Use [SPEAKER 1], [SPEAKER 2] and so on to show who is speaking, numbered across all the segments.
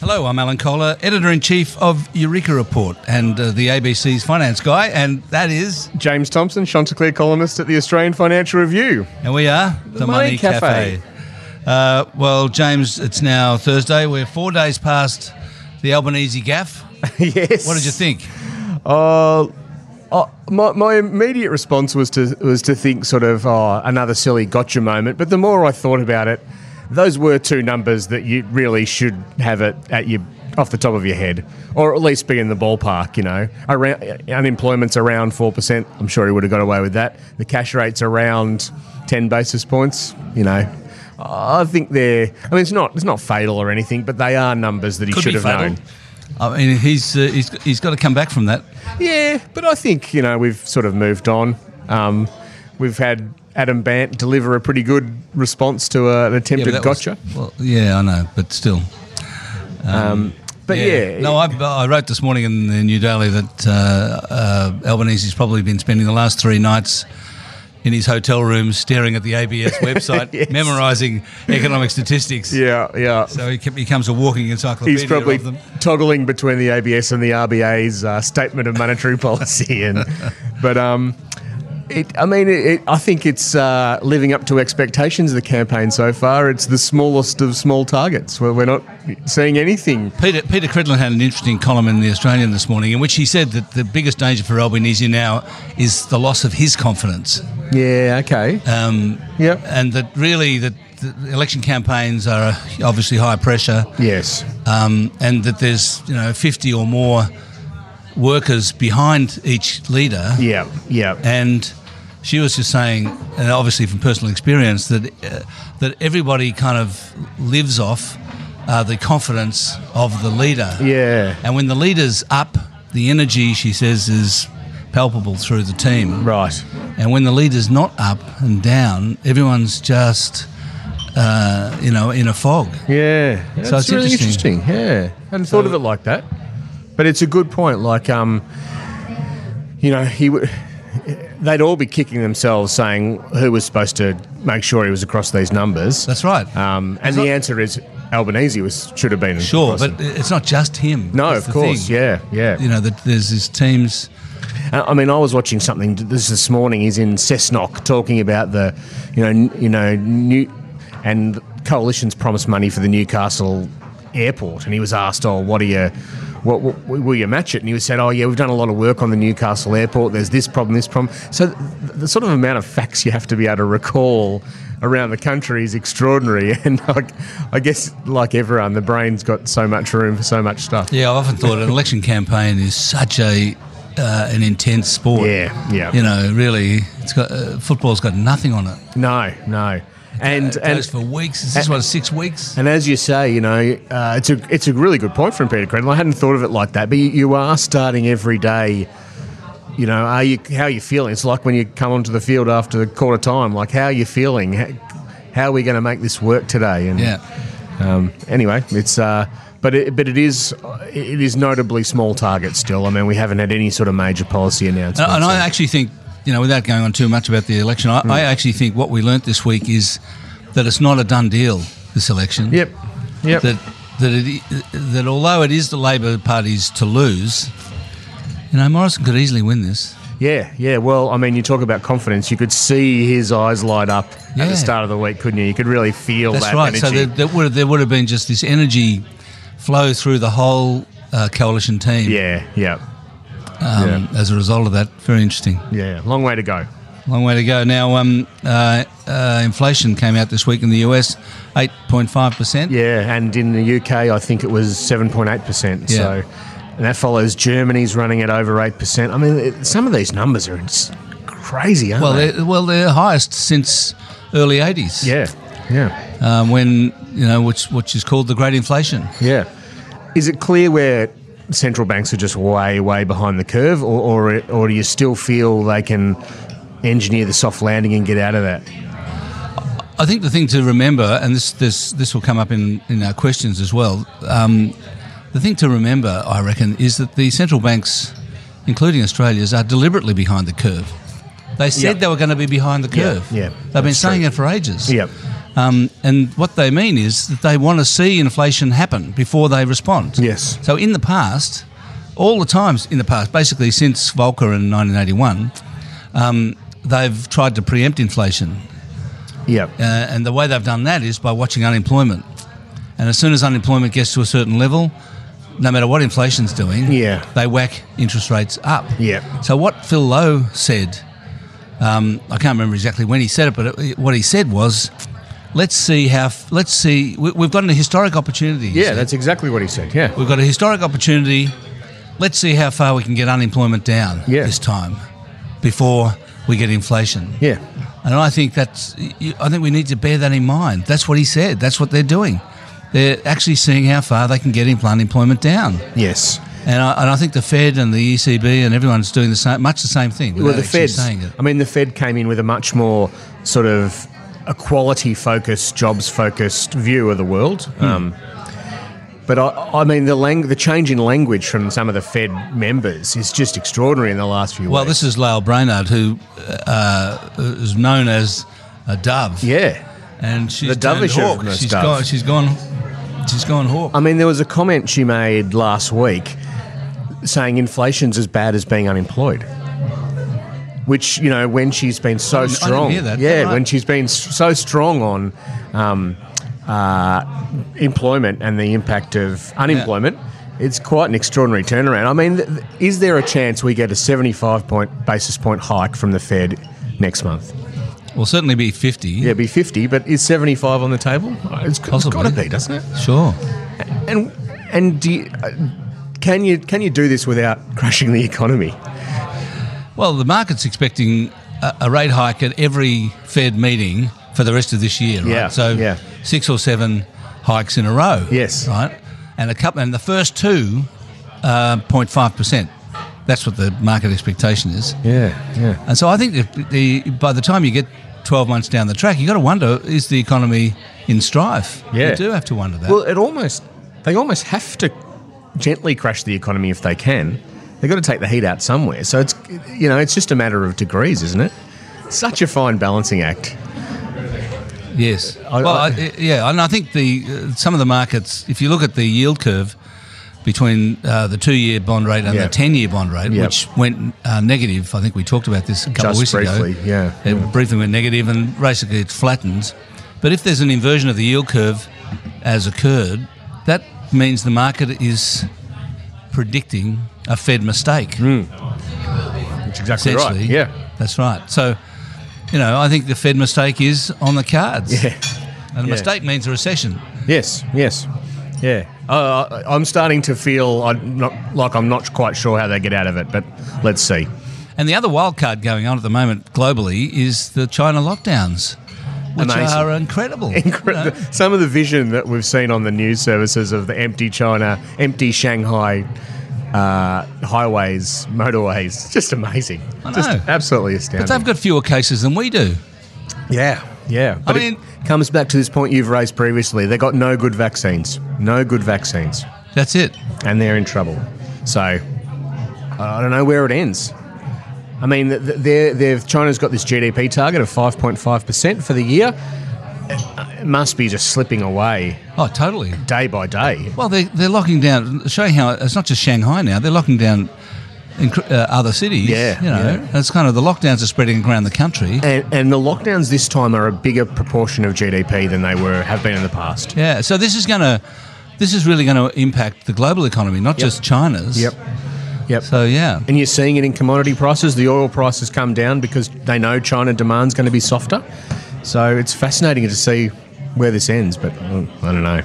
[SPEAKER 1] Hello, I'm Alan Kohler, editor in chief of Eureka Report and uh, the ABC's finance guy, and that is,
[SPEAKER 2] James Thompson, Chanticleer columnist at the Australian Financial Review.
[SPEAKER 1] and we are the,
[SPEAKER 2] Money Cafe.
[SPEAKER 1] Uh, well, James, it's now Thursday. We're four days past the Albanese gaff.
[SPEAKER 2] yes.
[SPEAKER 1] What did you think?
[SPEAKER 2] Uh, uh, my, my immediate response was to was to think sort of oh, another silly gotcha moment. But the more I thought about it, those were two numbers that you really should have it at your off the top of your head, or at least be in the ballpark. You know, around, unemployment's around four percent. I'm sure he would have got away with that. The cash rate's around ten basis points. You know. I think they're. I mean, it's not. It's not fatal or anything, but they are numbers that he
[SPEAKER 1] Could
[SPEAKER 2] should
[SPEAKER 1] be
[SPEAKER 2] have
[SPEAKER 1] fatal.
[SPEAKER 2] known.
[SPEAKER 1] I mean, he's, uh, he's he's got to come back from that.
[SPEAKER 2] Yeah, but I think you know we've sort of moved on. Um, we've had Adam Bant deliver a pretty good response to uh, an attempted
[SPEAKER 1] but that was-
[SPEAKER 2] gotcha.
[SPEAKER 1] well, yeah, I know, but still.
[SPEAKER 2] but yeah,
[SPEAKER 1] No, I, I wrote this morning in the New Daily that uh, uh, Albanese's probably been spending the last three nights in his hotel room staring at the ABS website,
[SPEAKER 2] Yes.
[SPEAKER 1] memorising economic statistics.
[SPEAKER 2] yeah, yeah.
[SPEAKER 1] So he ke- becomes a walking encyclopedia
[SPEAKER 2] He's probably
[SPEAKER 1] of them.
[SPEAKER 2] toggling between the ABS and the RBA's uh, statement of monetary policy, and but um, it, I mean, it, it, I think it's uh, living up to expectations. of The campaign so far, it's the smallest of small targets. Where we're not seeing anything.
[SPEAKER 1] Peter, Peter Cridlin had an interesting column in The Australian this morning in which he said that the biggest danger for Albanese now is the loss of his confidence.
[SPEAKER 2] Yeah. Okay.
[SPEAKER 1] Um,
[SPEAKER 2] Yep.
[SPEAKER 1] And that really that the election campaigns are obviously high pressure.
[SPEAKER 2] Yes.
[SPEAKER 1] um, and that there's you know 50 or more workers behind each leader
[SPEAKER 2] Yeah. Yeah.
[SPEAKER 1] and she was just saying and obviously from personal experience that uh, that everybody kind of lives off uh, the confidence of the leader
[SPEAKER 2] Yeah.
[SPEAKER 1] and when the leader's up the energy she says is palpable through the team
[SPEAKER 2] Right.
[SPEAKER 1] and when the leader's not up and down everyone's just uh, you know in a fog
[SPEAKER 2] Yeah. That's
[SPEAKER 1] it's
[SPEAKER 2] really
[SPEAKER 1] interesting.
[SPEAKER 2] interesting. Yeah. Hadn't thought of it like that. But it's a good point. Like, um, you know, he would. They'd all be kicking themselves, saying who was supposed to make sure he was across these numbers.
[SPEAKER 1] that's right
[SPEAKER 2] Um, and
[SPEAKER 1] It's
[SPEAKER 2] the
[SPEAKER 1] not-
[SPEAKER 2] answer is Albanese was should have been
[SPEAKER 1] Sure,
[SPEAKER 2] across
[SPEAKER 1] but
[SPEAKER 2] it.
[SPEAKER 1] it's not just him.
[SPEAKER 2] no,
[SPEAKER 1] That's the
[SPEAKER 2] of course,
[SPEAKER 1] thing.
[SPEAKER 2] yeah, yeah.
[SPEAKER 1] You know, that there's his teams.
[SPEAKER 2] Uh, I mean, I was watching something th- this this morning. He's in Cessnock talking about the, you know, n- you know, new and the coalitions promised money for the Newcastle airport, and he was asked, "Oh, what are you?" What, what, will you match it? And he was said, "Oh yeah, we've done a lot of work on the Newcastle airport. There's this problem, this problem." So th- the sort of amount of facts you have to be able to recall around the country is extraordinary. And I, I guess, like everyone, the brain's got so much room for so much stuff.
[SPEAKER 1] Yeah, I've often thought an election campaign is such a uh, an intense sport.
[SPEAKER 2] Yeah, yeah.
[SPEAKER 1] You know, really, it's got uh, football's got nothing on it.
[SPEAKER 2] No, no. And
[SPEAKER 1] It
[SPEAKER 2] and
[SPEAKER 1] goes for weeks. Is this
[SPEAKER 2] and-
[SPEAKER 1] one six weeks?
[SPEAKER 2] And as you say, you know, uh, it's a it's a really good point from Peter Credle. I hadn't thought of it like that, but you, you are starting every day. You know, are you how are you feeling? It's like when you come onto the field after the quarter time. Like, how are you feeling? How, how are we going to make this work today? And
[SPEAKER 1] Yeah.
[SPEAKER 2] um, anyway, it's uh, but it, but it is it is notably small target still. I mean, we haven't had any sort of major policy announcement.
[SPEAKER 1] And, and I actually think, you know, without going on too much about the election,
[SPEAKER 2] Hmm.
[SPEAKER 1] I, I actually think what we learnt this week is that it's not a done deal. This election.
[SPEAKER 2] yep, yep,
[SPEAKER 1] that that it, that although it is the Labor Party's to lose, you know Morrison could easily win this.
[SPEAKER 2] yeah, yeah. Well, I mean, you talk about confidence. You could see his eyes light up at
[SPEAKER 1] Yeah.
[SPEAKER 2] the start of the week, couldn't you? You could really feel
[SPEAKER 1] That's
[SPEAKER 2] that
[SPEAKER 1] right.
[SPEAKER 2] energy.
[SPEAKER 1] So there, there would there would have been just this energy flow through the whole uh, coalition team.
[SPEAKER 2] Yeah, yeah,
[SPEAKER 1] um, As a result of that, very interesting.
[SPEAKER 2] yeah. Long way to go.
[SPEAKER 1] Long way to go. Now, um, uh, uh, inflation came out this week in the US, eight point five percent.
[SPEAKER 2] Yeah, and in the UK, I think it was seven point eight percent. So, and that follows Germany's running at over eight percent. I mean, it, some of these numbers are ins- crazy, aren't
[SPEAKER 1] Well,
[SPEAKER 2] they?
[SPEAKER 1] they're, well, they're highest since early eighties.
[SPEAKER 2] Yeah, yeah,
[SPEAKER 1] Um, when you know which which is called the Great Inflation.
[SPEAKER 2] yeah. Is it clear where central banks are just way, way behind the curve, or or, or do you still feel they can engineer the soft landing and get out of that?
[SPEAKER 1] I think the thing to remember, and this this this will come up in, in our questions as well. Um, the thing to remember, I reckon, is that the central banks, including Australia's, are deliberately behind the curve. They said
[SPEAKER 2] Yeah.
[SPEAKER 1] they were going to be behind the curve.
[SPEAKER 2] yeah,
[SPEAKER 1] they've been
[SPEAKER 2] that's
[SPEAKER 1] saying
[SPEAKER 2] true.
[SPEAKER 1] it for ages.
[SPEAKER 2] Yep.
[SPEAKER 1] Um, and what they mean is that they want to see inflation happen before they respond.
[SPEAKER 2] Yes.
[SPEAKER 1] So in the past, all the times in the past, basically since Volcker in 1981, um, they've tried to preempt inflation.
[SPEAKER 2] Yep.
[SPEAKER 1] Uh, and the way they've done that is by watching unemployment. And as soon as unemployment gets to a certain level, no matter what inflation's doing,
[SPEAKER 2] Yeah.
[SPEAKER 1] they whack interest rates up.
[SPEAKER 2] Yep.
[SPEAKER 1] So what Phil Lowe said, um, I can't remember exactly when he said it, but it, what he said was, "Let's see how. f- Let's see. We, we've got a historic opportunity. he
[SPEAKER 2] Yeah,
[SPEAKER 1] said.
[SPEAKER 2] that's exactly what he said. Yeah.
[SPEAKER 1] we've got a historic opportunity. Let's see how far we can get unemployment down
[SPEAKER 2] Yeah.
[SPEAKER 1] this time before we get inflation.
[SPEAKER 2] Yeah.
[SPEAKER 1] And I think that's. you- I think we need to bear that in mind. That's what he said. That's what they're doing. They're actually seeing how far they can get in- unemployment down.
[SPEAKER 2] Yes.
[SPEAKER 1] And I, and I think the Fed and the ECB and everyone's doing the same, much the same thing.
[SPEAKER 2] Well,
[SPEAKER 1] without
[SPEAKER 2] the
[SPEAKER 1] actually
[SPEAKER 2] Fed.
[SPEAKER 1] saying it.
[SPEAKER 2] I mean, the Fed came in with a much more sort of equality focused, jobs focused view of the world. Um, but I, I mean, the lang- the change in language from some of the Fed members is just extraordinary in the last few
[SPEAKER 1] Well,
[SPEAKER 2] weeks.
[SPEAKER 1] this is Lyle Brainard, who uh, is known as a dove.
[SPEAKER 2] yeah.
[SPEAKER 1] And she's
[SPEAKER 2] The
[SPEAKER 1] turned
[SPEAKER 2] dovish
[SPEAKER 1] hawk.
[SPEAKER 2] of most Um,
[SPEAKER 1] She's
[SPEAKER 2] dove.
[SPEAKER 1] gone. She's gone. She's gone hawk.
[SPEAKER 2] I mean, there was a comment she made last week saying inflation's as bad as being unemployed. Which you know, when she's been so
[SPEAKER 1] didn't
[SPEAKER 2] strong,
[SPEAKER 1] hear that.
[SPEAKER 2] yeah,
[SPEAKER 1] Right.
[SPEAKER 2] when she's been s- so strong on um, uh, employment and the impact of unemployment, it's quite an extraordinary turnaround. I mean, th- th- is there a chance we get a seventy-five point basis point hike from the Fed next month?
[SPEAKER 1] Will certainly be fifty.
[SPEAKER 2] Yeah, it'd be fifty, but is seventy-five on the table? It's, it's
[SPEAKER 1] Possibly.
[SPEAKER 2] got to be, doesn't it?
[SPEAKER 1] Sure.
[SPEAKER 2] And and do you, uh, can you can you do this without crashing the economy?
[SPEAKER 1] Well, the market's expecting a, a rate hike at every Fed meeting for the rest of this year, right?
[SPEAKER 2] Yeah,
[SPEAKER 1] So
[SPEAKER 2] yeah.
[SPEAKER 1] six or seven hikes in a row.
[SPEAKER 2] Yes.
[SPEAKER 1] Right? And a couple and the first two uh 05 percent. That's what the market expectation is.
[SPEAKER 2] Yeah, yeah,
[SPEAKER 1] And so I think if the, by the time you get 12 months down the track, you got to wonder is the economy in strife?
[SPEAKER 2] Yeah.
[SPEAKER 1] You do have to wonder that.
[SPEAKER 2] Well, it almost they almost have to gently crash the economy if they can. They've got to take the heat out somewhere. So it's you know it's just a matter of degrees, isn't it? Such a fine balancing act.
[SPEAKER 1] yes.
[SPEAKER 2] I-
[SPEAKER 1] well,
[SPEAKER 2] I-
[SPEAKER 1] I, yeah. And I think the uh, some of the markets, if you look at the yield curve between uh, the two year bond rate and
[SPEAKER 2] Yeah.
[SPEAKER 1] the 10 year bond rate,
[SPEAKER 2] Yeah.
[SPEAKER 1] which went uh, negative, I think we talked about this a couple
[SPEAKER 2] Just
[SPEAKER 1] of weeks
[SPEAKER 2] briefly,
[SPEAKER 1] ago.
[SPEAKER 2] yeah,
[SPEAKER 1] It briefly went negative and basically it flattens. But if there's an inversion of the yield curve as occurred, that means the market is predicting a Fed mistake.
[SPEAKER 2] That's exactly
[SPEAKER 1] essentially.
[SPEAKER 2] Mm, Yeah,
[SPEAKER 1] That's right. So, you know, I think the Fed mistake is on the cards.
[SPEAKER 2] yeah,
[SPEAKER 1] And a
[SPEAKER 2] Yeah.
[SPEAKER 1] mistake means a recession.
[SPEAKER 2] yes, yes, yeah. Uh, I'm starting to feel I'm not like I'm not quite sure how they get out of it, but let's see.
[SPEAKER 1] And the other wild card going on at the moment globally is the China lockdowns, which
[SPEAKER 2] Amazing.
[SPEAKER 1] are incredible.
[SPEAKER 2] Incredible. Some of the vision that we've seen on the news services of the empty China, empty Shanghai uh, highways, motorways, just amazing.
[SPEAKER 1] I know.
[SPEAKER 2] Just absolutely
[SPEAKER 1] But they've
[SPEAKER 2] astounding.
[SPEAKER 1] got fewer cases than we do.
[SPEAKER 2] yeah, yeah. But
[SPEAKER 1] mean-
[SPEAKER 2] it comes back to this point you've raised previously. They got no good vaccines, no good vaccines,
[SPEAKER 1] That's it.
[SPEAKER 2] and they're in trouble. So I I don't know where it ends. I mean, th- th- they're, they've, China's got this GDP target of 5.5% for the year. It must be just slipping away
[SPEAKER 1] Oh, totally.
[SPEAKER 2] day by day.
[SPEAKER 1] Well, they, they're locking down, showing how it's not just Shanghai now, they're locking down incre- uh, other cities.
[SPEAKER 2] Yeah,
[SPEAKER 1] You know,
[SPEAKER 2] yeah.
[SPEAKER 1] And it's kind of the lockdowns are spreading around the country.
[SPEAKER 2] And, and the lockdowns this time are a bigger proportion of GDP than they were have been in the past.
[SPEAKER 1] Yeah, so this is going to, this is really going to impact the global economy, not just China's.
[SPEAKER 2] Yep.
[SPEAKER 1] So yeah,
[SPEAKER 2] and you're seeing it in commodity prices. The oil prices come down because they know China demand's going to be softer. So it's fascinating to see where this ends, but mm, I don't know.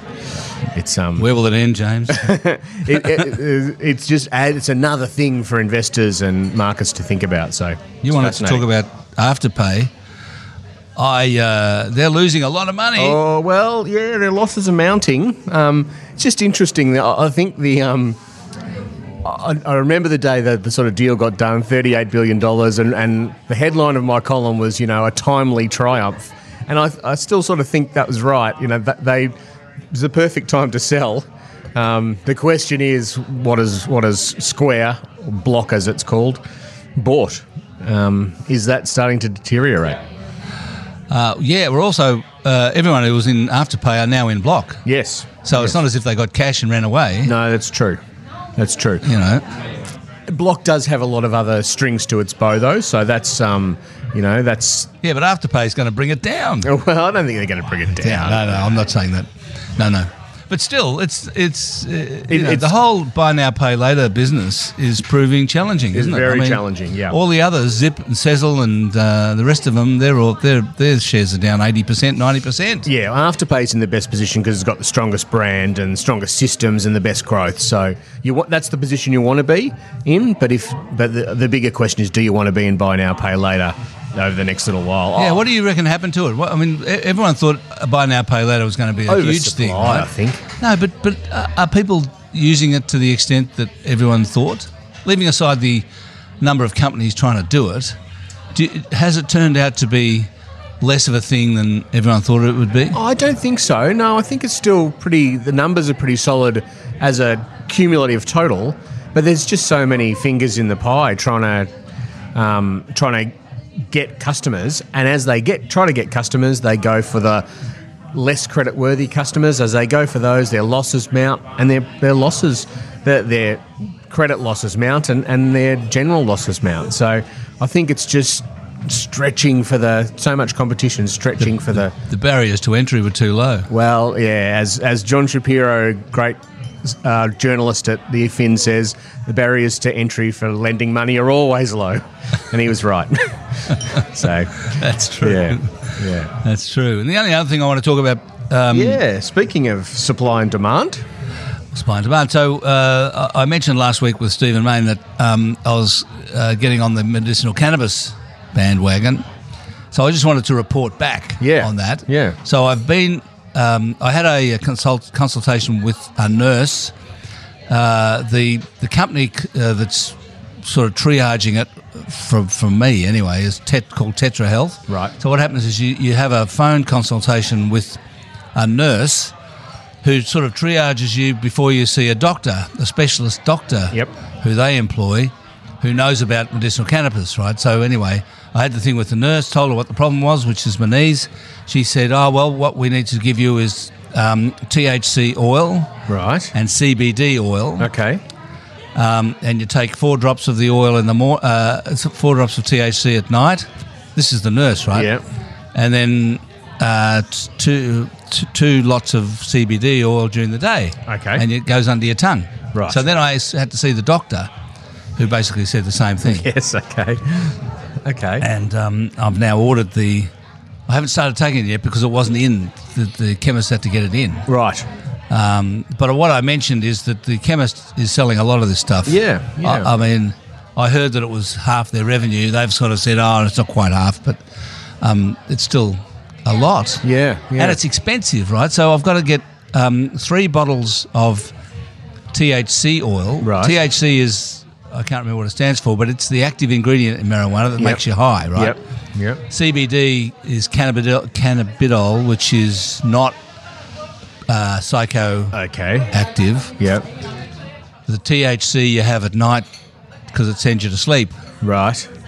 [SPEAKER 2] It's um,
[SPEAKER 1] where will it end, James?
[SPEAKER 2] it, it, it- it's just add, it's another thing for investors and markets to think about. So
[SPEAKER 1] You
[SPEAKER 2] it's
[SPEAKER 1] wanted to talk
[SPEAKER 2] fascinating.
[SPEAKER 1] about afterpay. I uh, they're losing a lot of money.
[SPEAKER 2] Oh well, yeah, their losses are mounting. Um, it's just interesting. that I I think the um, I, I remember the day that the sort of deal got done, thirty-eight billion dollars, and, and the headline of my column was, you know, a timely triumph. And I, I still sort of think that was right. You know, that they it was the perfect time to sell. Um, the question is, what is what is Square or Block, as it's called, bought? Um, is that starting to deteriorate?
[SPEAKER 1] Uh, yeah, we're also uh, everyone who was in Afterpay are now in Block.
[SPEAKER 2] Yes.
[SPEAKER 1] So
[SPEAKER 2] Yes.
[SPEAKER 1] it's not as if they got cash and ran away.
[SPEAKER 2] No, that's true. That's true.
[SPEAKER 1] You know,
[SPEAKER 2] Block does have a lot of other strings to its bow, though. So that's, um, you know, that's.
[SPEAKER 1] yeah, but Afterpay's going to bring it down.
[SPEAKER 2] Well, I don't think they're going to bring it down.
[SPEAKER 1] No, no, I'm not saying that. No, no. But still, it's it's, uh, you know,
[SPEAKER 2] it's-
[SPEAKER 1] the whole buy now pay later business is proving challenging, isn't it?
[SPEAKER 2] very challenging, yeah.
[SPEAKER 1] All the others, Zip and Sezzle and uh, the rest of them, they're all their their shares are down eighty percent, ninety percent.
[SPEAKER 2] Yeah, Afterpay's in the best position because it's got the strongest brand and strongest systems and the best growth. So you want that's the position you want to be in. But if but the, the bigger question is, do you want to be in buy now, pay later over the next little while?
[SPEAKER 1] Yeah,
[SPEAKER 2] Oh,
[SPEAKER 1] what do you reckon happened to it? What, I mean, e- everyone thought a buy now pay later was going to be a huge
[SPEAKER 2] oversupply,
[SPEAKER 1] thing,
[SPEAKER 2] I
[SPEAKER 1] right?
[SPEAKER 2] think.
[SPEAKER 1] No, but but uh, are people using it to the extent that everyone thought? Leaving aside the number of companies trying to do it, do, has it turned out to be less of a thing than everyone thought it would be?
[SPEAKER 2] I don't think so. No, I think it's still pretty. The numbers are pretty solid as a cumulative total, but there's just so many fingers in the pie trying to um, trying to get customers, and as they get try to get customers, they go for the less credit worthy customers. As they go for those, their losses mount, and their their losses their, their credit losses mount, and, and their general losses mount. So I think it's just stretching for the so much competition, stretching for the
[SPEAKER 1] The barriers to entry were too low.
[SPEAKER 2] well, yeah, as as John Shapiro, great uh, journalist at the Fin, says, the barriers to entry for lending money are always low, and he was right. so,
[SPEAKER 1] That's true.
[SPEAKER 2] yeah, yeah,
[SPEAKER 1] That's true. And the only other thing I want to talk about um,
[SPEAKER 2] yeah. Speaking of supply and demand,
[SPEAKER 1] Supply and demand. So uh, I I mentioned last week with Stephen Main that um, I was uh, getting on the medicinal cannabis bandwagon. So I just wanted to report back
[SPEAKER 2] Yeah.
[SPEAKER 1] on that.
[SPEAKER 2] Yeah.
[SPEAKER 1] So I've been. Um, I had a, uh, consult consultation with a nurse. Uh, the the company uh, that's sort of triaging it from from me anyway is tet- called Tetra Health.
[SPEAKER 2] Right.
[SPEAKER 1] So what happens is you, you have a phone consultation with a nurse who sort of triages you before you see a doctor, a specialist doctor,
[SPEAKER 2] Yep.
[SPEAKER 1] who they employ, who knows about medicinal cannabis, right? So anyway, I had the thing with the nurse, told her what the problem was, which is my knees. She said, "Oh well, what we need to give you is um, THC oil
[SPEAKER 2] right?
[SPEAKER 1] and CBD oil."
[SPEAKER 2] Okay,
[SPEAKER 1] um, and you take four drops of the oil in the mor- uh, it's four drops of THC at night. This is the nurse, right?
[SPEAKER 2] Yeah.
[SPEAKER 1] And then uh, t- two, t- two lots of CBD oil during the day.
[SPEAKER 2] Okay.
[SPEAKER 1] And it goes under your tongue.
[SPEAKER 2] Right.
[SPEAKER 1] So then I s- had to see the doctor, who basically said the same thing.
[SPEAKER 2] yes, okay, okay.
[SPEAKER 1] And um, I've now ordered the. I haven't started taking it yet because it wasn't in. The, the chemist had to get it in.
[SPEAKER 2] Right.
[SPEAKER 1] Um, but what I mentioned is that the chemist is selling a lot of this stuff.
[SPEAKER 2] Yeah, yeah.
[SPEAKER 1] I, I mean, I heard that it was half their revenue. They've sort of said, oh, it's not quite half, but um, it's still a lot.
[SPEAKER 2] Yeah, yeah.
[SPEAKER 1] And it's expensive, right? So I've got to get um, three bottles of THC oil.
[SPEAKER 2] Right.
[SPEAKER 1] THC is, I can't remember what it stands for, but it's the active ingredient in marijuana that makes you high, right?
[SPEAKER 2] Yep. Yep.
[SPEAKER 1] CBD is cannabidiol, cannabidiol which is not uh, psychoactive.
[SPEAKER 2] Okay. Yep.
[SPEAKER 1] The THC you have at night because it sends you to sleep.
[SPEAKER 2] Right.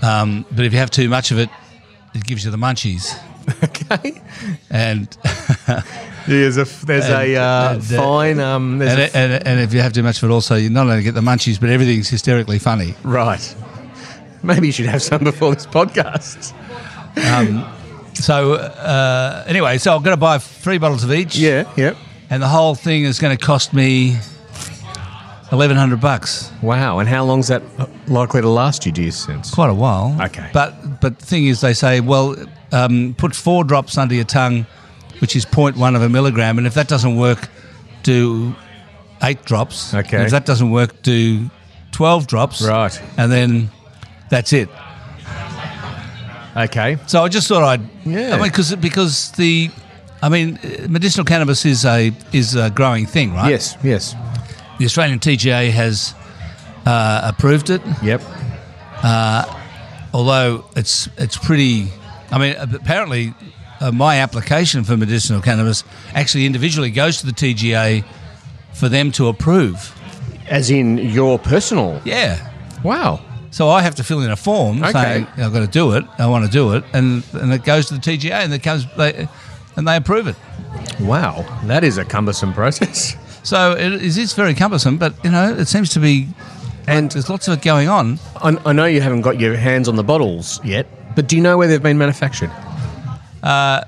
[SPEAKER 1] But if you have too much of it, it gives you the munchies.
[SPEAKER 2] Okay.
[SPEAKER 1] And
[SPEAKER 2] There's a there's a uh,
[SPEAKER 1] and, uh,
[SPEAKER 2] fine um there's
[SPEAKER 1] and,
[SPEAKER 2] a,
[SPEAKER 1] it- and, and if you have too much of it, also you not only get the munchies, but everything's hysterically funny.
[SPEAKER 2] right. Maybe you should have some before this podcast.
[SPEAKER 1] So uh, anyway, so I'm going to buy three bottles of each,
[SPEAKER 2] Yeah, yep.
[SPEAKER 1] and the whole thing is going to cost me eleven hundred bucks.
[SPEAKER 2] Wow, and how long's that likely to last you, do you sense?
[SPEAKER 1] quite a while.
[SPEAKER 2] Okay.
[SPEAKER 1] But but the thing is, they say, well, um, put four drops under your tongue, which is 0.1 of a milligram, and if that doesn't work, do eight drops.
[SPEAKER 2] Okay.
[SPEAKER 1] And if that doesn't work, do twelve drops.
[SPEAKER 2] Right.
[SPEAKER 1] And then that's it.
[SPEAKER 2] Okay.
[SPEAKER 1] So I just thought I'd
[SPEAKER 2] Yeah.
[SPEAKER 1] I mean, because because the I mean, uh, medicinal cannabis is a is a growing thing, right?
[SPEAKER 2] Yes, yes.
[SPEAKER 1] The Australian TGA has uh, approved it.
[SPEAKER 2] Yep.
[SPEAKER 1] although it's it's pretty. I mean, apparently, uh, my application for medicinal cannabis actually individually goes to the TGA for them to approve.
[SPEAKER 2] As in your personal.
[SPEAKER 1] Yeah.
[SPEAKER 2] Wow.
[SPEAKER 1] So I have to fill in a form
[SPEAKER 2] Okay.
[SPEAKER 1] saying I've got to do it. I want to do it, and and it goes to the TGA, and it comes they, and they approve it.
[SPEAKER 2] Wow, that is a cumbersome process.
[SPEAKER 1] So it is it's very cumbersome, but you know it seems to be, and
[SPEAKER 2] And
[SPEAKER 1] there's lots of it going on.
[SPEAKER 2] I, I know you haven't got your hands on the bottles yet, but do you know where they've been manufactured?
[SPEAKER 1] Uh,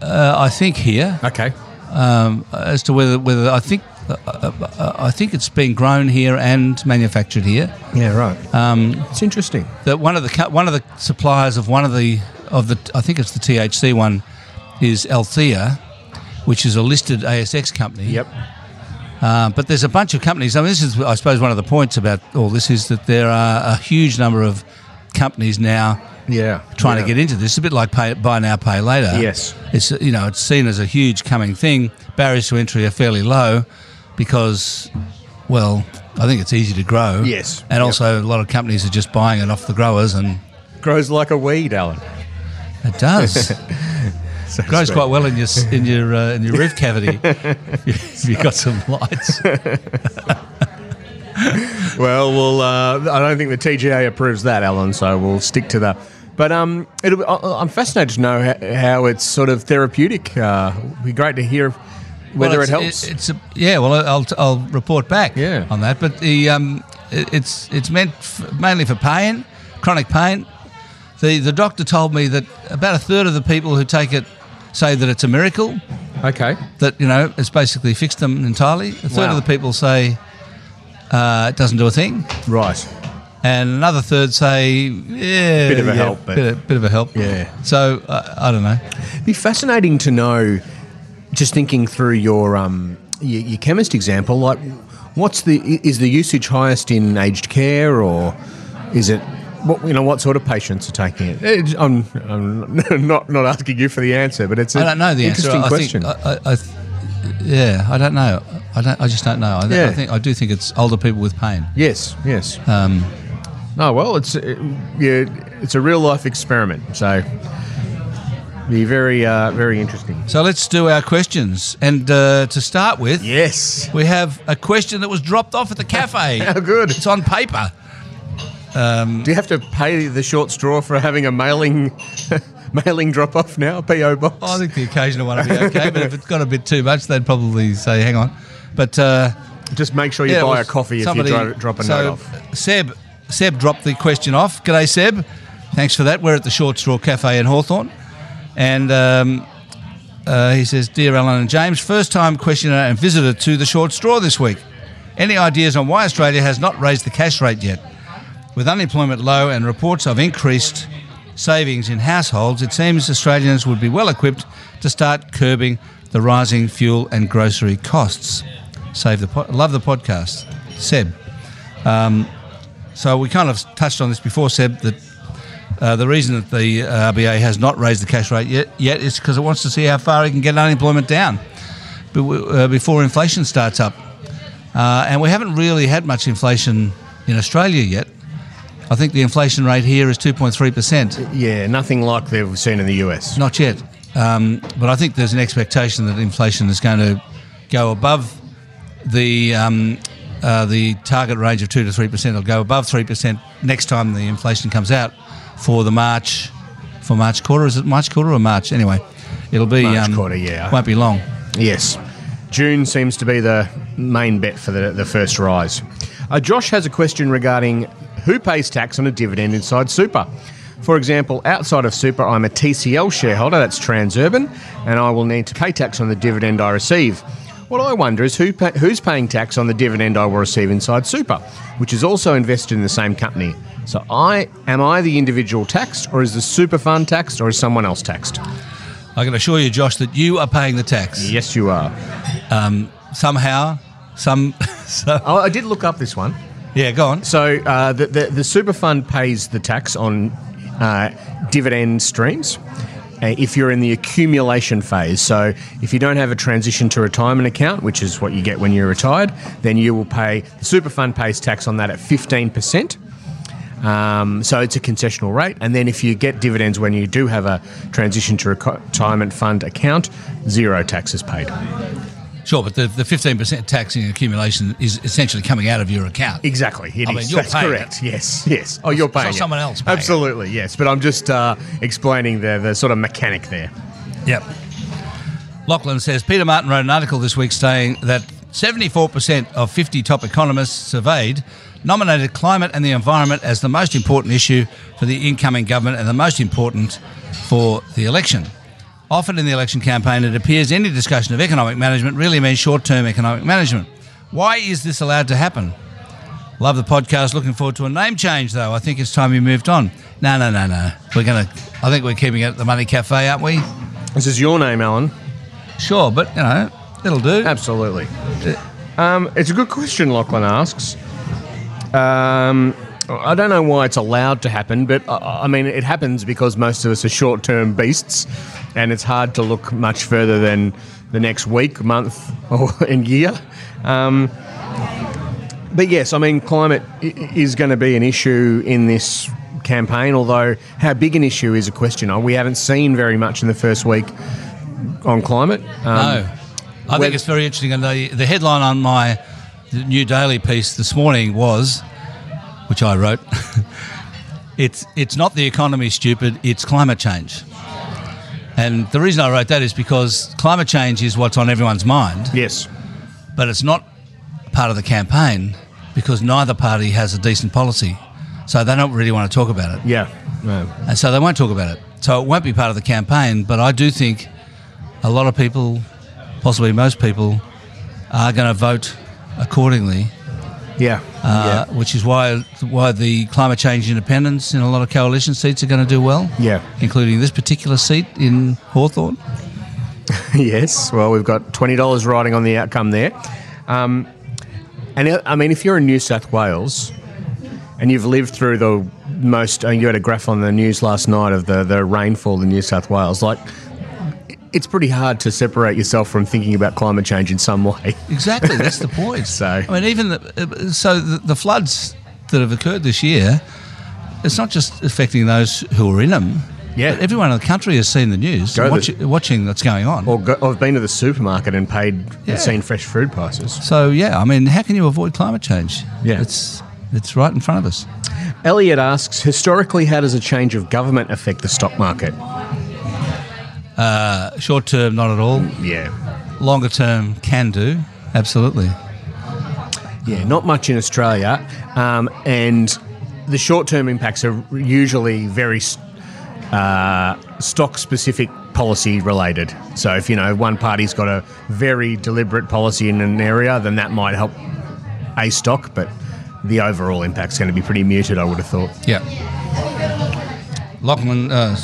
[SPEAKER 1] I think here
[SPEAKER 2] Okay.
[SPEAKER 1] um, as to whether whether I think uh, uh, uh, I think it's been grown here and manufactured here.
[SPEAKER 2] Yeah, right. Um, it's interesting.
[SPEAKER 1] That one of the co- one of the suppliers of one of the of the I think it's the THC one is Althea, which is a listed ASX company.
[SPEAKER 2] Yep.
[SPEAKER 1] Uh, but there's a bunch of companies. I mean, this is I suppose one of the points about all this is that there are a huge number of companies now
[SPEAKER 2] Yeah.
[SPEAKER 1] trying to get into this. It's a bit like pay, buy now, pay later.
[SPEAKER 2] Yes.
[SPEAKER 1] it's you know it's seen as a huge coming thing. Barriers to entry are fairly low because, well, I think it's easy to grow.
[SPEAKER 2] Yes.
[SPEAKER 1] and
[SPEAKER 2] Yep.
[SPEAKER 1] also a lot of companies are just buying it off the growers, and
[SPEAKER 2] it. Grows like a weed, Alan.
[SPEAKER 1] it does. It
[SPEAKER 2] So to
[SPEAKER 1] grows
[SPEAKER 2] speak.
[SPEAKER 1] quite well in your s- in your uh, in your roof cavity. if you've got some lights.
[SPEAKER 2] Well, we'll. Uh, I don't think the TGA approves that, Alan. So we'll stick to that. But um, it'll, I- I'm fascinated to know how, how it's sort of therapeutic. Uh, it'd be great to hear whether
[SPEAKER 1] Well,
[SPEAKER 2] it
[SPEAKER 1] it's-
[SPEAKER 2] helps.
[SPEAKER 1] it- it's a, yeah. Well, I'll, I'll report back
[SPEAKER 2] Yeah.
[SPEAKER 1] on that. But the um, it- it's it's meant f- mainly for pain, chronic pain. The the doctor told me that about a third of the people who take it say that it's a miracle
[SPEAKER 2] okay.
[SPEAKER 1] that you know it's basically fixed them entirely. A third of
[SPEAKER 2] Wow.
[SPEAKER 1] the people say uh, it doesn't do a thing,
[SPEAKER 2] Right.
[SPEAKER 1] and another third say yeah,
[SPEAKER 2] Bit of a
[SPEAKER 1] yeah,
[SPEAKER 2] help, but-
[SPEAKER 1] bit of, bit of a help.
[SPEAKER 2] Yeah.
[SPEAKER 1] So uh, I don't know.
[SPEAKER 2] be fascinating to know. Just thinking through your um, your, your chemist example, like what's the i- is the usage highest in aged care or is it what you know what sort of patients are taking it? It's- I'm, I'm not not asking you for the answer, but it's
[SPEAKER 1] I
[SPEAKER 2] an
[SPEAKER 1] don't know the
[SPEAKER 2] interesting
[SPEAKER 1] answer. I
[SPEAKER 2] question.
[SPEAKER 1] Think, I, I, I th- yeah, I don't know. I don't. I just don't know. I, th-
[SPEAKER 2] Yeah.
[SPEAKER 1] I think I do think it's older people with pain.
[SPEAKER 2] yes, yes. Um, oh well, it's it, yeah, it's a real life experiment, so be very uh, very interesting.
[SPEAKER 1] So let's do our questions. And uh, to start with,
[SPEAKER 2] Yes.
[SPEAKER 1] we have a question that was dropped off at the cafe.
[SPEAKER 2] How good.
[SPEAKER 1] It's on paper.
[SPEAKER 2] Do you have to pay the short straw for having a mailing mailing drop off now? PO box.
[SPEAKER 1] I think the occasional one would be okay, but if it's got a bit too much, they'd probably say, "Hang on." But uh,
[SPEAKER 2] Just make sure you
[SPEAKER 1] yeah, it
[SPEAKER 2] buy a
[SPEAKER 1] was
[SPEAKER 2] coffee
[SPEAKER 1] somebody-
[SPEAKER 2] if you dro- drop a
[SPEAKER 1] so
[SPEAKER 2] note off.
[SPEAKER 1] Seb, Seb dropped the question off. G'day, Seb. Thanks for that. We're at the Short Straw Cafe in Hawthorne. And um, uh, he says, Dear Alan and James, first time questioner and visitor to the Short Straw this week. Any ideas on why Australia has not raised the cash rate yet? With unemployment low and reports of increased savings in households, it seems Australians would be well equipped to start curbing the rising fuel and grocery costs. Save the po- love the podcast, Seb. Um, so we kind of touched on this before, Seb. That uh, the reason that the uh, RBA has not raised the cash rate yet, yet is because it wants to see how far it can get unemployment down be- uh, before inflation starts up. Uh, and we haven't really had much inflation in Australia yet. I think the inflation rate here is 2.3%.
[SPEAKER 2] Yeah, nothing like they've seen in the US.
[SPEAKER 1] Not yet. Um, but I think there's an expectation that inflation is going to go above the, um, uh, the target range of 2 to 3%. It'll go above 3% next time the inflation comes out for the March for March quarter. Is it March quarter or March? Anyway, it'll be. um,
[SPEAKER 2] March quarter, yeah.
[SPEAKER 1] Won't be long.
[SPEAKER 2] Yes. June seems to be the main bet for the, the first rise. Uh, Josh has a question regarding who pays tax on a dividend inside super. For example, outside of super, I'm a TCL shareholder, that's Transurban, and I will need to pay tax on the dividend I receive. What I wonder is who pa- who's paying tax on the dividend I will receive inside super, which is also invested in the same company. So I am I the individual taxed, or is the super fund taxed, or is someone else taxed?
[SPEAKER 1] I can assure you, Josh, that you are paying the tax.
[SPEAKER 2] Yes, you are.
[SPEAKER 1] Somehow, some. so,
[SPEAKER 2] Oh, I, I did look up this one.
[SPEAKER 1] yeah, go on.
[SPEAKER 2] So uh, the, the the super fund pays the tax on uh, dividend streams. uh, If you're in the accumulation phase, so if you don't have a transition to retirement account, which is what you get when you're retired, then you will pay the super fund pays tax on that at fifteen percent. Um, so it's a concessional rate, and then if you get dividends when you do have a transition to reco- retirement fund account, zero tax is paid.
[SPEAKER 1] Sure, but the, the 15% tax in accumulation is essentially coming out of your account.
[SPEAKER 2] Exactly, it
[SPEAKER 1] I mean,
[SPEAKER 2] is.
[SPEAKER 1] you're
[SPEAKER 2] That's
[SPEAKER 1] paying
[SPEAKER 2] correct.
[SPEAKER 1] it.
[SPEAKER 2] Yes, yes. Oh, you're
[SPEAKER 1] So
[SPEAKER 2] paying. it.
[SPEAKER 1] someone else paying it.
[SPEAKER 2] Absolutely, yes. But I'm just uh, explaining the the sort of mechanic there.
[SPEAKER 1] Yep. Lachlan says Peter Martin wrote an article this week saying that 74% of 50 top economists surveyed nominated climate and the environment as the most important issue for the incoming government and the most important for the election. Often in the election campaign, it appears any discussion of economic management really means short term economic management. Why is this allowed to happen? Love the podcast. Looking forward to a name change, though. I think it's time we moved on. No, no, no, no. We're going to, I think we're keeping it at the Money Cafe, aren't we?
[SPEAKER 2] This is your name, Alan.
[SPEAKER 1] Sure, but you know, it'll do.
[SPEAKER 2] Absolutely. Um, it's a good question. Lachlan asks. Um, I don't know why it's allowed to happen, but uh, I, I mean, it happens because most of us are short-term beasts, and it's hard to look much further than the next week, month, or and year. Um, but yes, I mean, climate i- i- is going to be an issue in this campaign. Although, how big an issue is a question. Uh, We haven't seen very much in the first week on climate. Um,
[SPEAKER 1] no, I
[SPEAKER 2] when-
[SPEAKER 1] think it's very interesting. And the, the headline on my new daily piece this morning was, which I wrote, it's it's not the economy, stupid. It's climate change. And the reason I wrote that is because climate change is what's on everyone's mind,
[SPEAKER 2] Yes.
[SPEAKER 1] but it's not part of the campaign because neither party has a decent policy, so they don't really want to talk about it.
[SPEAKER 2] Yeah. No.
[SPEAKER 1] And so they won't talk about it. So it won't be part of the campaign, but I do think a lot of people, possibly most people, are going to vote accordingly,
[SPEAKER 2] Yeah.
[SPEAKER 1] uh, which is why, why the climate change independents in a lot of coalition seats are going to do well,
[SPEAKER 2] yeah.
[SPEAKER 1] including this particular seat in Hawthorn.
[SPEAKER 2] Yeah. yes. Well, we've got twenty dollars riding on the outcome there. Um, and uh, I- I mean, if you're in New South Wales and you've lived through the most, uh, you had a graph on the news last night of the the rainfall in New South Wales, like. It's pretty hard to separate yourself from thinking about climate change in some way.
[SPEAKER 1] Exactly, that's the point.
[SPEAKER 2] So-
[SPEAKER 1] I mean, even the, uh, so, the, the floods that have occurred this year, it's not just affecting those who are in them.
[SPEAKER 2] Yeah.
[SPEAKER 1] but everyone in the country has seen the news,
[SPEAKER 2] Go
[SPEAKER 1] and
[SPEAKER 2] the-
[SPEAKER 1] watch, watching that's going on.
[SPEAKER 2] Or go, I've been to the supermarket and paid
[SPEAKER 1] Yeah.
[SPEAKER 2] and seen fresh food prices.
[SPEAKER 1] So yeah, I mean, how can you avoid climate change?
[SPEAKER 2] Yeah.
[SPEAKER 1] it's it's right in front of us.
[SPEAKER 2] Elliot asks, historically, how does a change of government affect the stock market?
[SPEAKER 1] Uh, short term, not at all.
[SPEAKER 2] Yeah.
[SPEAKER 1] Longer term, can do absolutely.
[SPEAKER 2] Yeah, not much in Australia, um, and the short-term impacts are usually very s- uh, stock-specific policy related. So if you know one party's got a very deliberate policy in an area, then that might help a stock, but the overall impact's going to be pretty muted. I would have thought.
[SPEAKER 1] Yeah. Lachlan, uh,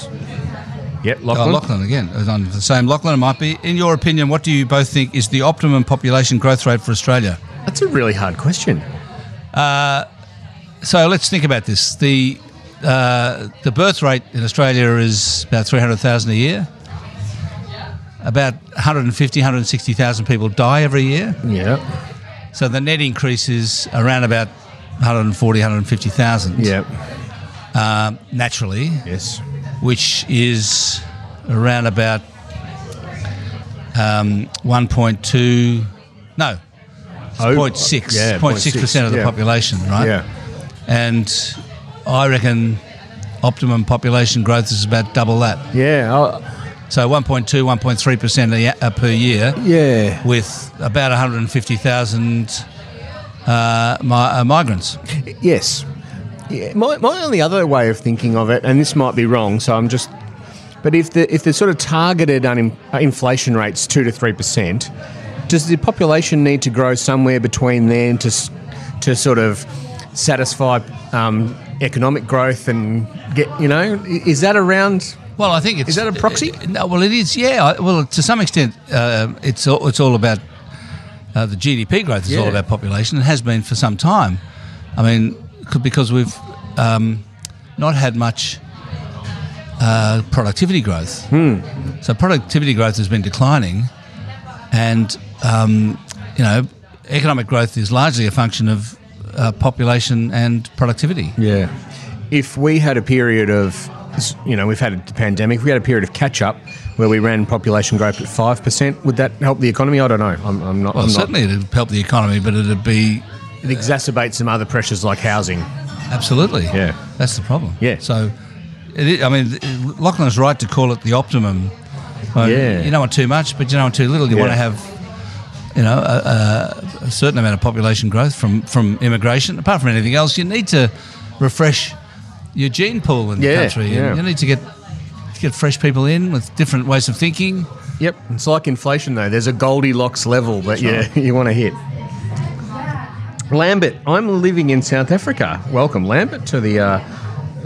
[SPEAKER 2] Yep,
[SPEAKER 1] oh,
[SPEAKER 2] Lachlan.
[SPEAKER 1] Lachlan again. It's on The same Lachlan it might be. In your opinion, what do you both think is the optimum population growth rate for Australia?
[SPEAKER 2] That's a really hard question.
[SPEAKER 1] So let's think about this. The uh, the birth rate in Australia is about 300,000 a year. About 150, 160,000 people die every year.
[SPEAKER 2] Yeah.
[SPEAKER 1] So the net increase is around about 140, 150,000
[SPEAKER 2] Yeah.
[SPEAKER 1] um, naturally,
[SPEAKER 2] Yes.
[SPEAKER 1] which is around about um, 1.2, no,
[SPEAKER 2] Oh,
[SPEAKER 1] 0.6,
[SPEAKER 2] yeah,
[SPEAKER 1] 0.6% of the
[SPEAKER 2] yeah.
[SPEAKER 1] population, right?
[SPEAKER 2] Yeah.
[SPEAKER 1] And I reckon optimum population growth is about double that.
[SPEAKER 2] Yeah. I'll-
[SPEAKER 1] So 1.2, 1.3% a ye- uh, per year.
[SPEAKER 2] yeah.
[SPEAKER 1] with about 150,000 uh, mi- uh, migrants.
[SPEAKER 2] Yes. Yeah, my, my only other way of thinking of it, and this might be wrong, so I'm just. But if the if the sort of targeted unim, uh, inflation rates two to three percent, does the population need to grow somewhere between then to s- to sort of satisfy um, economic growth and get you know i- is that around?
[SPEAKER 1] Well, I think it's
[SPEAKER 2] Is that a proxy?
[SPEAKER 1] uh, no, well, it is. Yeah. I- Well, to some extent, uh, it's all, it's all about uh, the GDP growth. is all
[SPEAKER 2] Yeah.
[SPEAKER 1] about population. It has been for some time. I mean, c- because we've um, not had much. Uh, productivity growth.
[SPEAKER 2] Hmm.
[SPEAKER 1] So productivity growth has been declining, and um, you know, economic growth is largely a function of uh, population and productivity.
[SPEAKER 2] Yeah. If we had a period of you know, we've had a pandemic. We had a period of catch up where we ran population growth at five percent. Would that help the economy? I don't know. I'm, I'm not.
[SPEAKER 1] Well,
[SPEAKER 2] I'm
[SPEAKER 1] certainly it'd help the economy, but it'd be
[SPEAKER 2] Not. It exacerbates some other pressures like housing.
[SPEAKER 1] absolutely.
[SPEAKER 2] Yeah.
[SPEAKER 1] That's the problem.
[SPEAKER 2] Yeah.
[SPEAKER 1] So, it, i- I mean, Lachlan's right to call it the optimum. Well,
[SPEAKER 2] Yeah.
[SPEAKER 1] You don't want too much, but you don't want too little. You
[SPEAKER 2] Yeah.
[SPEAKER 1] want to have, you know, a, a, a certain amount of population growth from from immigration. Apart from anything else, you need to refresh your gene pool in the
[SPEAKER 2] Yeah,
[SPEAKER 1] country.
[SPEAKER 2] yeah.
[SPEAKER 1] You need to get get fresh people in with different ways of thinking.
[SPEAKER 2] Yep. It's like inflation, though. There's a Goldilocks level that you, you want to hit. Lambert, I'm living in South Africa. Welcome, Lambert, to the uh,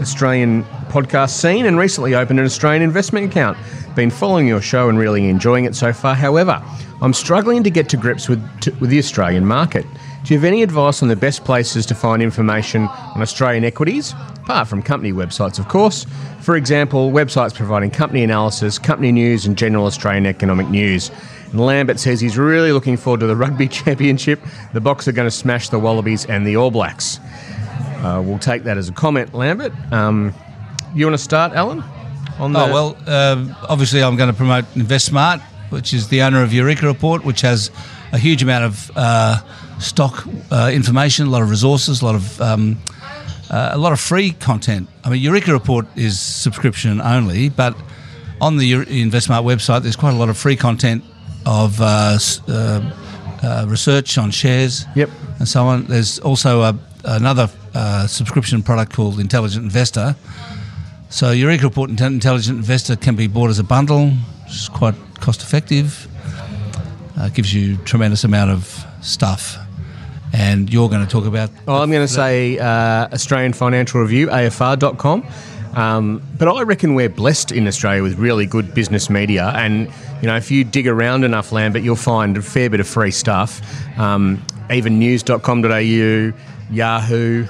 [SPEAKER 2] Australian podcast scene and recently opened an Australian investment account. Been following your show and really enjoying it so far. However, I'm struggling to get to grips with, to, with the Australian market. Do you have any advice on the best places to find information on Australian equities, apart from company websites, of course? For example, websites providing company analysis, company news, and general Australian economic news. And Lambert says he's really looking forward to the rugby championship. The Box are going to smash the Wallabies and the All Blacks. Uh, we'll take that as a comment, Lambert. Um, you want to start, Alan? On
[SPEAKER 1] Oh well, uh, obviously I'm going to promote InvestSmart, which is the owner of Eureka Report, which has a huge amount of uh, stock uh, information, a lot of resources, a lot of um, uh, a lot of free content. I mean, Eureka Report is subscription only, but on the Eure- InvestSmart website, there's quite a lot of free content of uh, s- uh, uh, research on shares
[SPEAKER 2] Yep.
[SPEAKER 1] and so on. There's also a, another uh, subscription product called Intelligent Investor. So Eureka Report Inte- Intelligent Investor can be bought as a bundle. It's quite cost effective. Uh, gives you tremendous amount of stuff, and you're going to talk about.
[SPEAKER 2] Well, I'm going to say uh, Australian Financial Review, AFR.com. Um, but I reckon we're blessed in Australia with really good business media. And, you know, if you dig around enough, Lambert, you'll find a fair bit of free stuff. Um, even news.com.au, Yahoo, Yahoo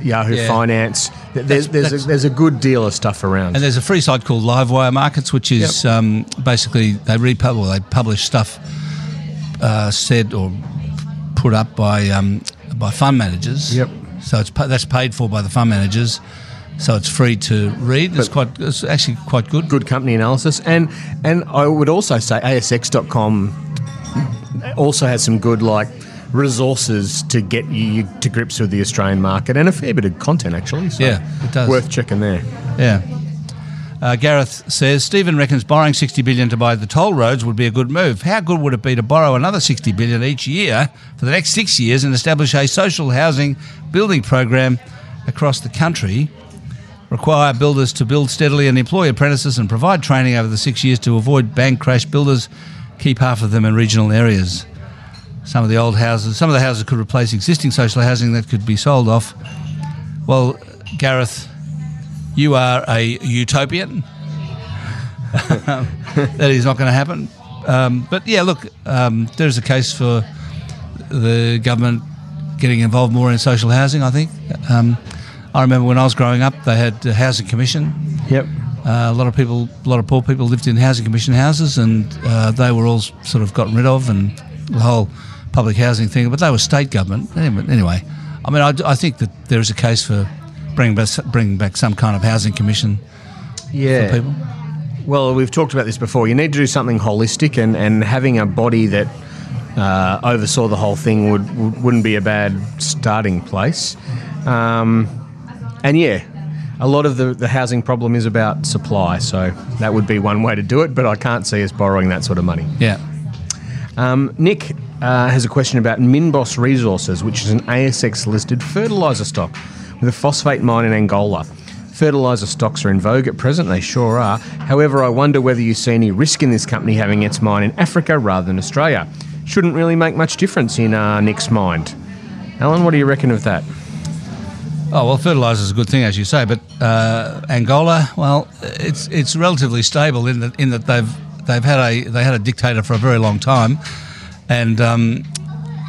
[SPEAKER 1] Yeah.
[SPEAKER 2] Finance. Th- There's,
[SPEAKER 1] That's-
[SPEAKER 2] there's, a, there's a good deal of stuff around.
[SPEAKER 1] And there's a free site called Livewire Markets, which is um, basically they republish they publish stuff uh, said or put up by um, by fund managers.
[SPEAKER 2] Yep.
[SPEAKER 1] So it's pa- that's paid for by the fund managers. So it's free to read. It's quite it's actually quite good.
[SPEAKER 2] good company analysis. And and I would also say ASX.com also has some good like resources to get you to grips with the Australian market and a fair bit of content actually. So
[SPEAKER 1] Yeah, it does.
[SPEAKER 2] Worth checking there.
[SPEAKER 1] Yeah. Uh, Gareth says Stephen reckons borrowing 60 billion to buy the toll roads would be a good move. How good would it be to borrow another 60 billion each year for the next six years and establish a social housing building program across the country? Require builders to build steadily and employ apprentices and provide training over the six years to avoid bank crash builders. Keep half of them in regional areas. Some of the old houses, some of the houses could replace existing social housing that could be sold off. Well, Gareth, you are a utopian. that is not going to happen. Um, but yeah, look, um, there is a case for the government getting involved more in social housing. I think. Um, I remember when I was growing up, they had a housing commission.
[SPEAKER 2] Yep.
[SPEAKER 1] Uh, a lot of people, a lot of poor people lived in housing commission houses, and uh, they were all s- sort of gotten rid of, and the whole public housing thing. But they were state government anyway. anyway, I mean, I, d- I think that there is a case for bringing back, s- bringing back some kind of housing commission
[SPEAKER 2] Yeah.
[SPEAKER 1] for people.
[SPEAKER 2] Well, we've talked about this before. You need to do something holistic, and, and having a body that uh, oversaw the whole thing would, would wouldn't be a bad starting place. Um, and yeah, a lot of the, the housing problem is about supply, so that would be one way to do it. But I can't see us borrowing that sort of money.
[SPEAKER 1] Yeah.
[SPEAKER 2] Um, Nick uh, has a question about Minbos Resources, which is an ASX listed fertiliser stock with a phosphate mine in Angola. Fertiliser stocks are in vogue at present, they sure are. However, I wonder whether you see any risk in this company having its mine in Africa rather than Australia. Shouldn't really make much difference in uh, Nick's mind. Alan, what do you reckon of that?
[SPEAKER 1] Oh well, fertiliser is a good thing, as you say, but uh, Angola, well, it's it's relatively stable in that in that they've they've had a they had a dictator for a very long time, and um,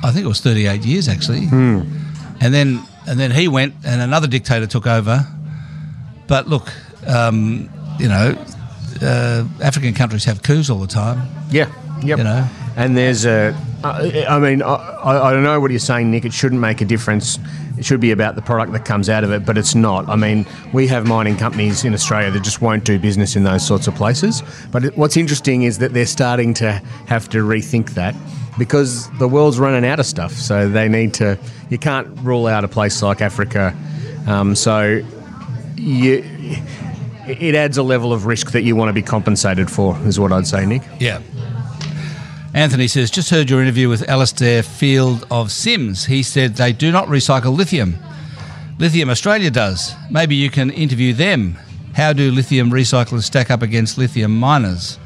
[SPEAKER 1] I think it was 38 years actually, and then and then he went and another dictator took over, but look, um, you know, uh, African countries have coups all the time.
[SPEAKER 2] Yeah, Yep.
[SPEAKER 1] You know,
[SPEAKER 2] And there's a, I I mean, I, I I don't know what you're saying, Nick. It shouldn't make a difference. It should be about the product that comes out of it, but it's not. I mean, we have mining companies in Australia that just won't do business in those sorts of places. But it, what's interesting is that they're starting to have to rethink that because the world's running out of stuff. So they need to, you can't rule out a place like Africa. Um, so you, it adds a level of risk that you want to be compensated for, is what I'd say, Nick.
[SPEAKER 1] yeah. Anthony says, just heard your interview with Alastair Field of Sims. He said they do not recycle lithium. Lithium Australia does. Maybe you can interview them. How do lithium recyclers stack up against lithium miners?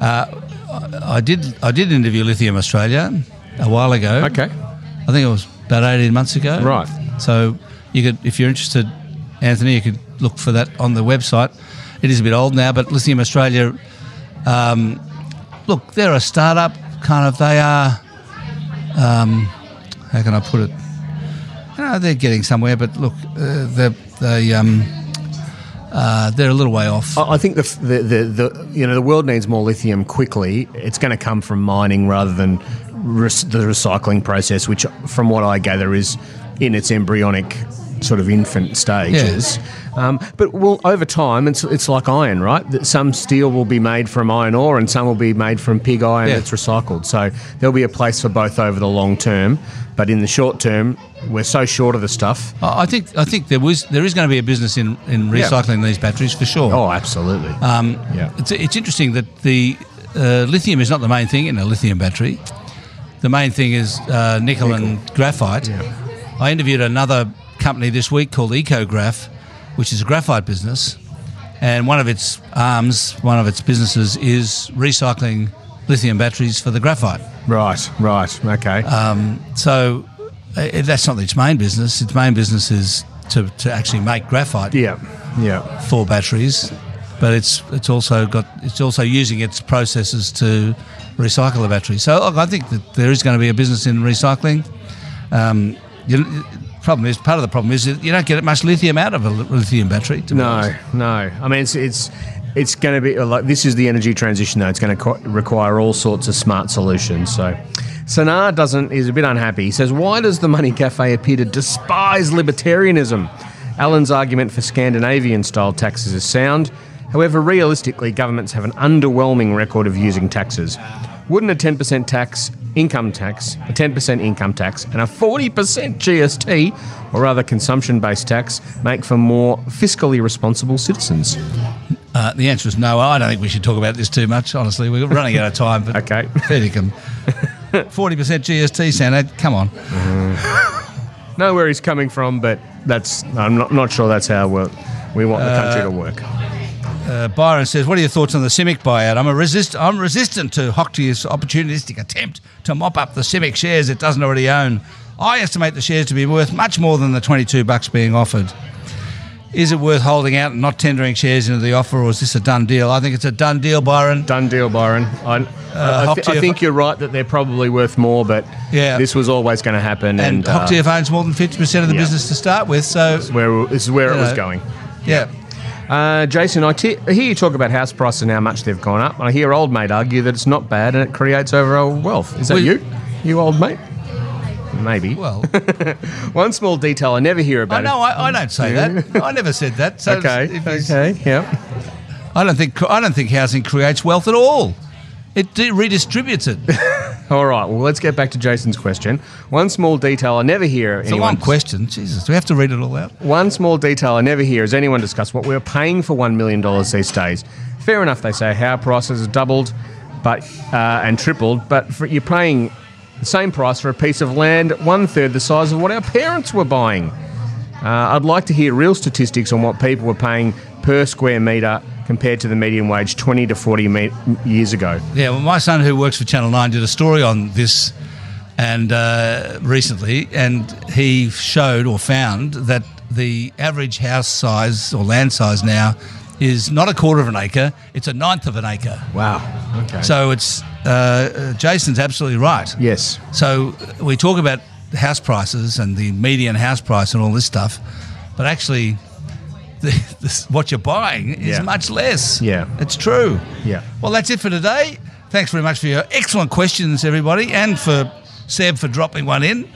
[SPEAKER 1] Uh, I, I did. I did interview Lithium Australia a while ago. I think it was about 18 months ago.
[SPEAKER 2] Right.
[SPEAKER 1] So you could, if you're interested, Anthony, you could look for that on the website. It is a bit old now, but Lithium Australia, um, look, they're a startup kind of. They are, um, how can I put it? You know, they're getting somewhere, but look, uh, they they um, uh, they're a little way off.
[SPEAKER 2] I I think the, f- the, the, the you know the world needs more lithium quickly. It's going to come from mining rather than res- the recycling process, which, from what I gather, is in its embryonic sort of infant stages. Um, but well, over time, it's it's like iron, right? That some steel will be made from iron ore, and some will be made from pig iron
[SPEAKER 1] Yeah.
[SPEAKER 2] that's recycled. So there'll be a place for both over the long term. But in the short term, we're so short of the stuff.
[SPEAKER 1] I I think I think there was there is going to be a business in in
[SPEAKER 2] Yeah.
[SPEAKER 1] recycling these batteries for sure.
[SPEAKER 2] Oh, absolutely.
[SPEAKER 1] Um,
[SPEAKER 2] Yeah.
[SPEAKER 1] it's, it's interesting that the uh, lithium is not the main thing in a lithium battery. The main thing is uh, nickel, and graphite. I interviewed another company this week called EcoGraph, which is a graphite business, and one of its arms, one of its businesses, is recycling lithium batteries for the graphite.
[SPEAKER 2] right. Right. Okay.
[SPEAKER 1] So uh, that's not its main business. Its main business is to, to actually make graphite
[SPEAKER 2] yeah. Yeah.
[SPEAKER 1] four batteries, but it's it's also got it's also using its processes to recycle the battery. So look, I think that there is going to be a business in recycling. Um, you, problem is part of the problem is that you don't get much lithium out of a lithium battery. To be
[SPEAKER 2] No,
[SPEAKER 1] honest.
[SPEAKER 2] no. I mean, it's it's it's going to be uh, like this is the energy transition though. It's going to co- require all sorts of smart solutions. So, Sanar doesn't is a bit unhappy. He says, "Why does the Money Cafe appear to despise libertarianism?" Alan's argument for Scandinavian style taxes is sound. However, realistically, governments have an underwhelming record of using taxes. Wouldn't a 10% tax, income tax, a 10% income tax, and a 40% GST, or other consumption based tax, make for more fiscally responsible citizens?
[SPEAKER 1] Uh, the answer is no. I don't think we should talk about this too much. Honestly, we're running out of time. But
[SPEAKER 2] Okay.
[SPEAKER 1] Forty percent GST, Sanad. Come on.
[SPEAKER 2] Know where he's coming from, but that's I'm not, not sure that's how we we want the country to work.
[SPEAKER 1] Uh, Byron says, "What are your thoughts on the Simic buyout? I'm a resist. I'm resistant to Hochtier's opportunistic attempt to mop up the Simic shares it doesn't already own. I estimate the shares to be worth much more than the 22 bucks being offered. Is it worth holding out and not tendering shares into the offer, or is this a done deal? I think it's a done deal, Byron.
[SPEAKER 2] Done deal, Byron.
[SPEAKER 1] uh,
[SPEAKER 2] I, I, thi-
[SPEAKER 1] Hock
[SPEAKER 2] I
[SPEAKER 1] TF
[SPEAKER 2] think you're right that they're probably worth more, but
[SPEAKER 1] Yeah.
[SPEAKER 2] this was always going to
[SPEAKER 1] And,
[SPEAKER 2] happen. And, uh,
[SPEAKER 1] Hochtier owns more than 50% of the
[SPEAKER 2] yeah.
[SPEAKER 1] business to start with, so
[SPEAKER 2] where, this is where it
[SPEAKER 1] You
[SPEAKER 2] was
[SPEAKER 1] know.
[SPEAKER 2] going.
[SPEAKER 1] yeah."
[SPEAKER 2] Uh, Jason, I te- I hear you talk about house prices and how much they've gone up. I hear old mate argue that it's not bad and it creates overall wealth. Is that
[SPEAKER 1] Well-
[SPEAKER 2] you? You old mate? Maybe.
[SPEAKER 1] Well,
[SPEAKER 2] One small detail I never hear
[SPEAKER 1] I
[SPEAKER 2] about.
[SPEAKER 1] know I, I don't say that. I never said that. So
[SPEAKER 2] it. Okay.
[SPEAKER 1] if he's-
[SPEAKER 2] Okay. Yeah.
[SPEAKER 1] I don't think I don't think housing creates wealth at all. It de- redistributes it.
[SPEAKER 2] All right. Well, let's get back to Jason's question. One small detail I never hear
[SPEAKER 1] It's a
[SPEAKER 2] anyone.
[SPEAKER 1] long question. Jesus, do we have to read it all out?
[SPEAKER 2] One small detail I never hear is anyone discuss what we're paying for $1 million these days. Fair enough, they say how prices have doubled but uh, and tripled, but for, you're paying the same price for a piece of land one third the size of what our parents were buying. Uh, I'd like to hear real statistics on what people were paying per square metre compared to the median wage 20 to 40 me- years ago.
[SPEAKER 1] Yeah, well, my son, who works for Channel 9, did a story on this and uh, recently, and he showed or found that the average house size or land size now is not a quarter of an acre, it's a ninth of an acre.
[SPEAKER 2] Wow. Okay.
[SPEAKER 1] So it's, uh, uh, Jason's absolutely right.
[SPEAKER 2] yes.
[SPEAKER 1] So we talk about house prices and the median house price and all this stuff, but actually, the, this, what you're buying is
[SPEAKER 2] Yeah.
[SPEAKER 1] much less.
[SPEAKER 2] Yeah.
[SPEAKER 1] it's true.
[SPEAKER 2] Yeah.
[SPEAKER 1] Well, that's it for today. Thanks very much for your excellent questions, everybody, and for Seb for dropping one in.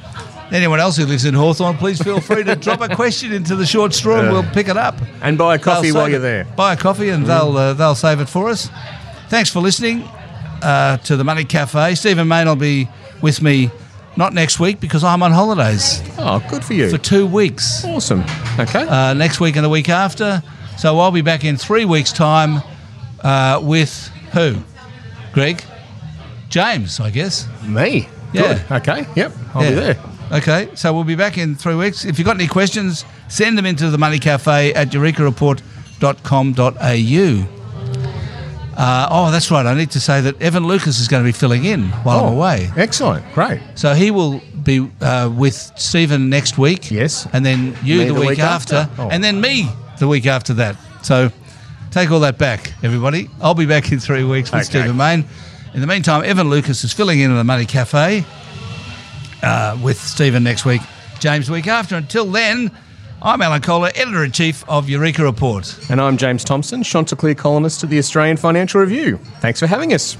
[SPEAKER 1] Anyone else who lives in Hawthorn, please feel free to drop a question into the short straw and we'll pick it up.
[SPEAKER 2] And buy a coffee
[SPEAKER 1] They'll
[SPEAKER 2] while
[SPEAKER 1] save
[SPEAKER 2] you're
[SPEAKER 1] it-
[SPEAKER 2] there. Mm-hmm.
[SPEAKER 1] Buy a coffee and they'll, uh, they'll save it for us. Thanks for listening uh, to the Money Cafe. Stephen Main will be with me not next week because I'm on holidays
[SPEAKER 2] Oh, good for you.
[SPEAKER 1] for two weeks.
[SPEAKER 2] awesome. Okay.
[SPEAKER 1] Uh, next week and the week after. So I'll be back in three weeks' time uh, with who? Greg? James, I guess.
[SPEAKER 2] Me.
[SPEAKER 1] Yeah.
[SPEAKER 2] Good. Okay. Yep. I'll be
[SPEAKER 1] Yeah.
[SPEAKER 2] there.
[SPEAKER 1] Okay, so we'll be back in three weeks. If you've got any questions, send them into the Money Cafe at eurekareport.com.au. Uh, oh, that's right. I need to say that Evan Lucas is going to be filling in while I'm away.
[SPEAKER 2] Oh, Excellent. Great.
[SPEAKER 1] So he will be uh, with Stephen next week.
[SPEAKER 2] Yes.
[SPEAKER 1] And then you
[SPEAKER 2] Me
[SPEAKER 1] the, week, after.
[SPEAKER 2] Oh.
[SPEAKER 1] And then me the week after that. So take all that back, everybody. I'll be back in three weeks with
[SPEAKER 2] Okay.
[SPEAKER 1] Stephen Main. In the meantime, Evan Lucas is filling in at the Money Cafe uh, with Stephen next week, James week after. Until then, I'm Alan Kohler, editor in chief of Eureka Report.
[SPEAKER 2] And I'm James Thompson, Chanticleer columnist at the Australian Financial Review. Thanks for having us.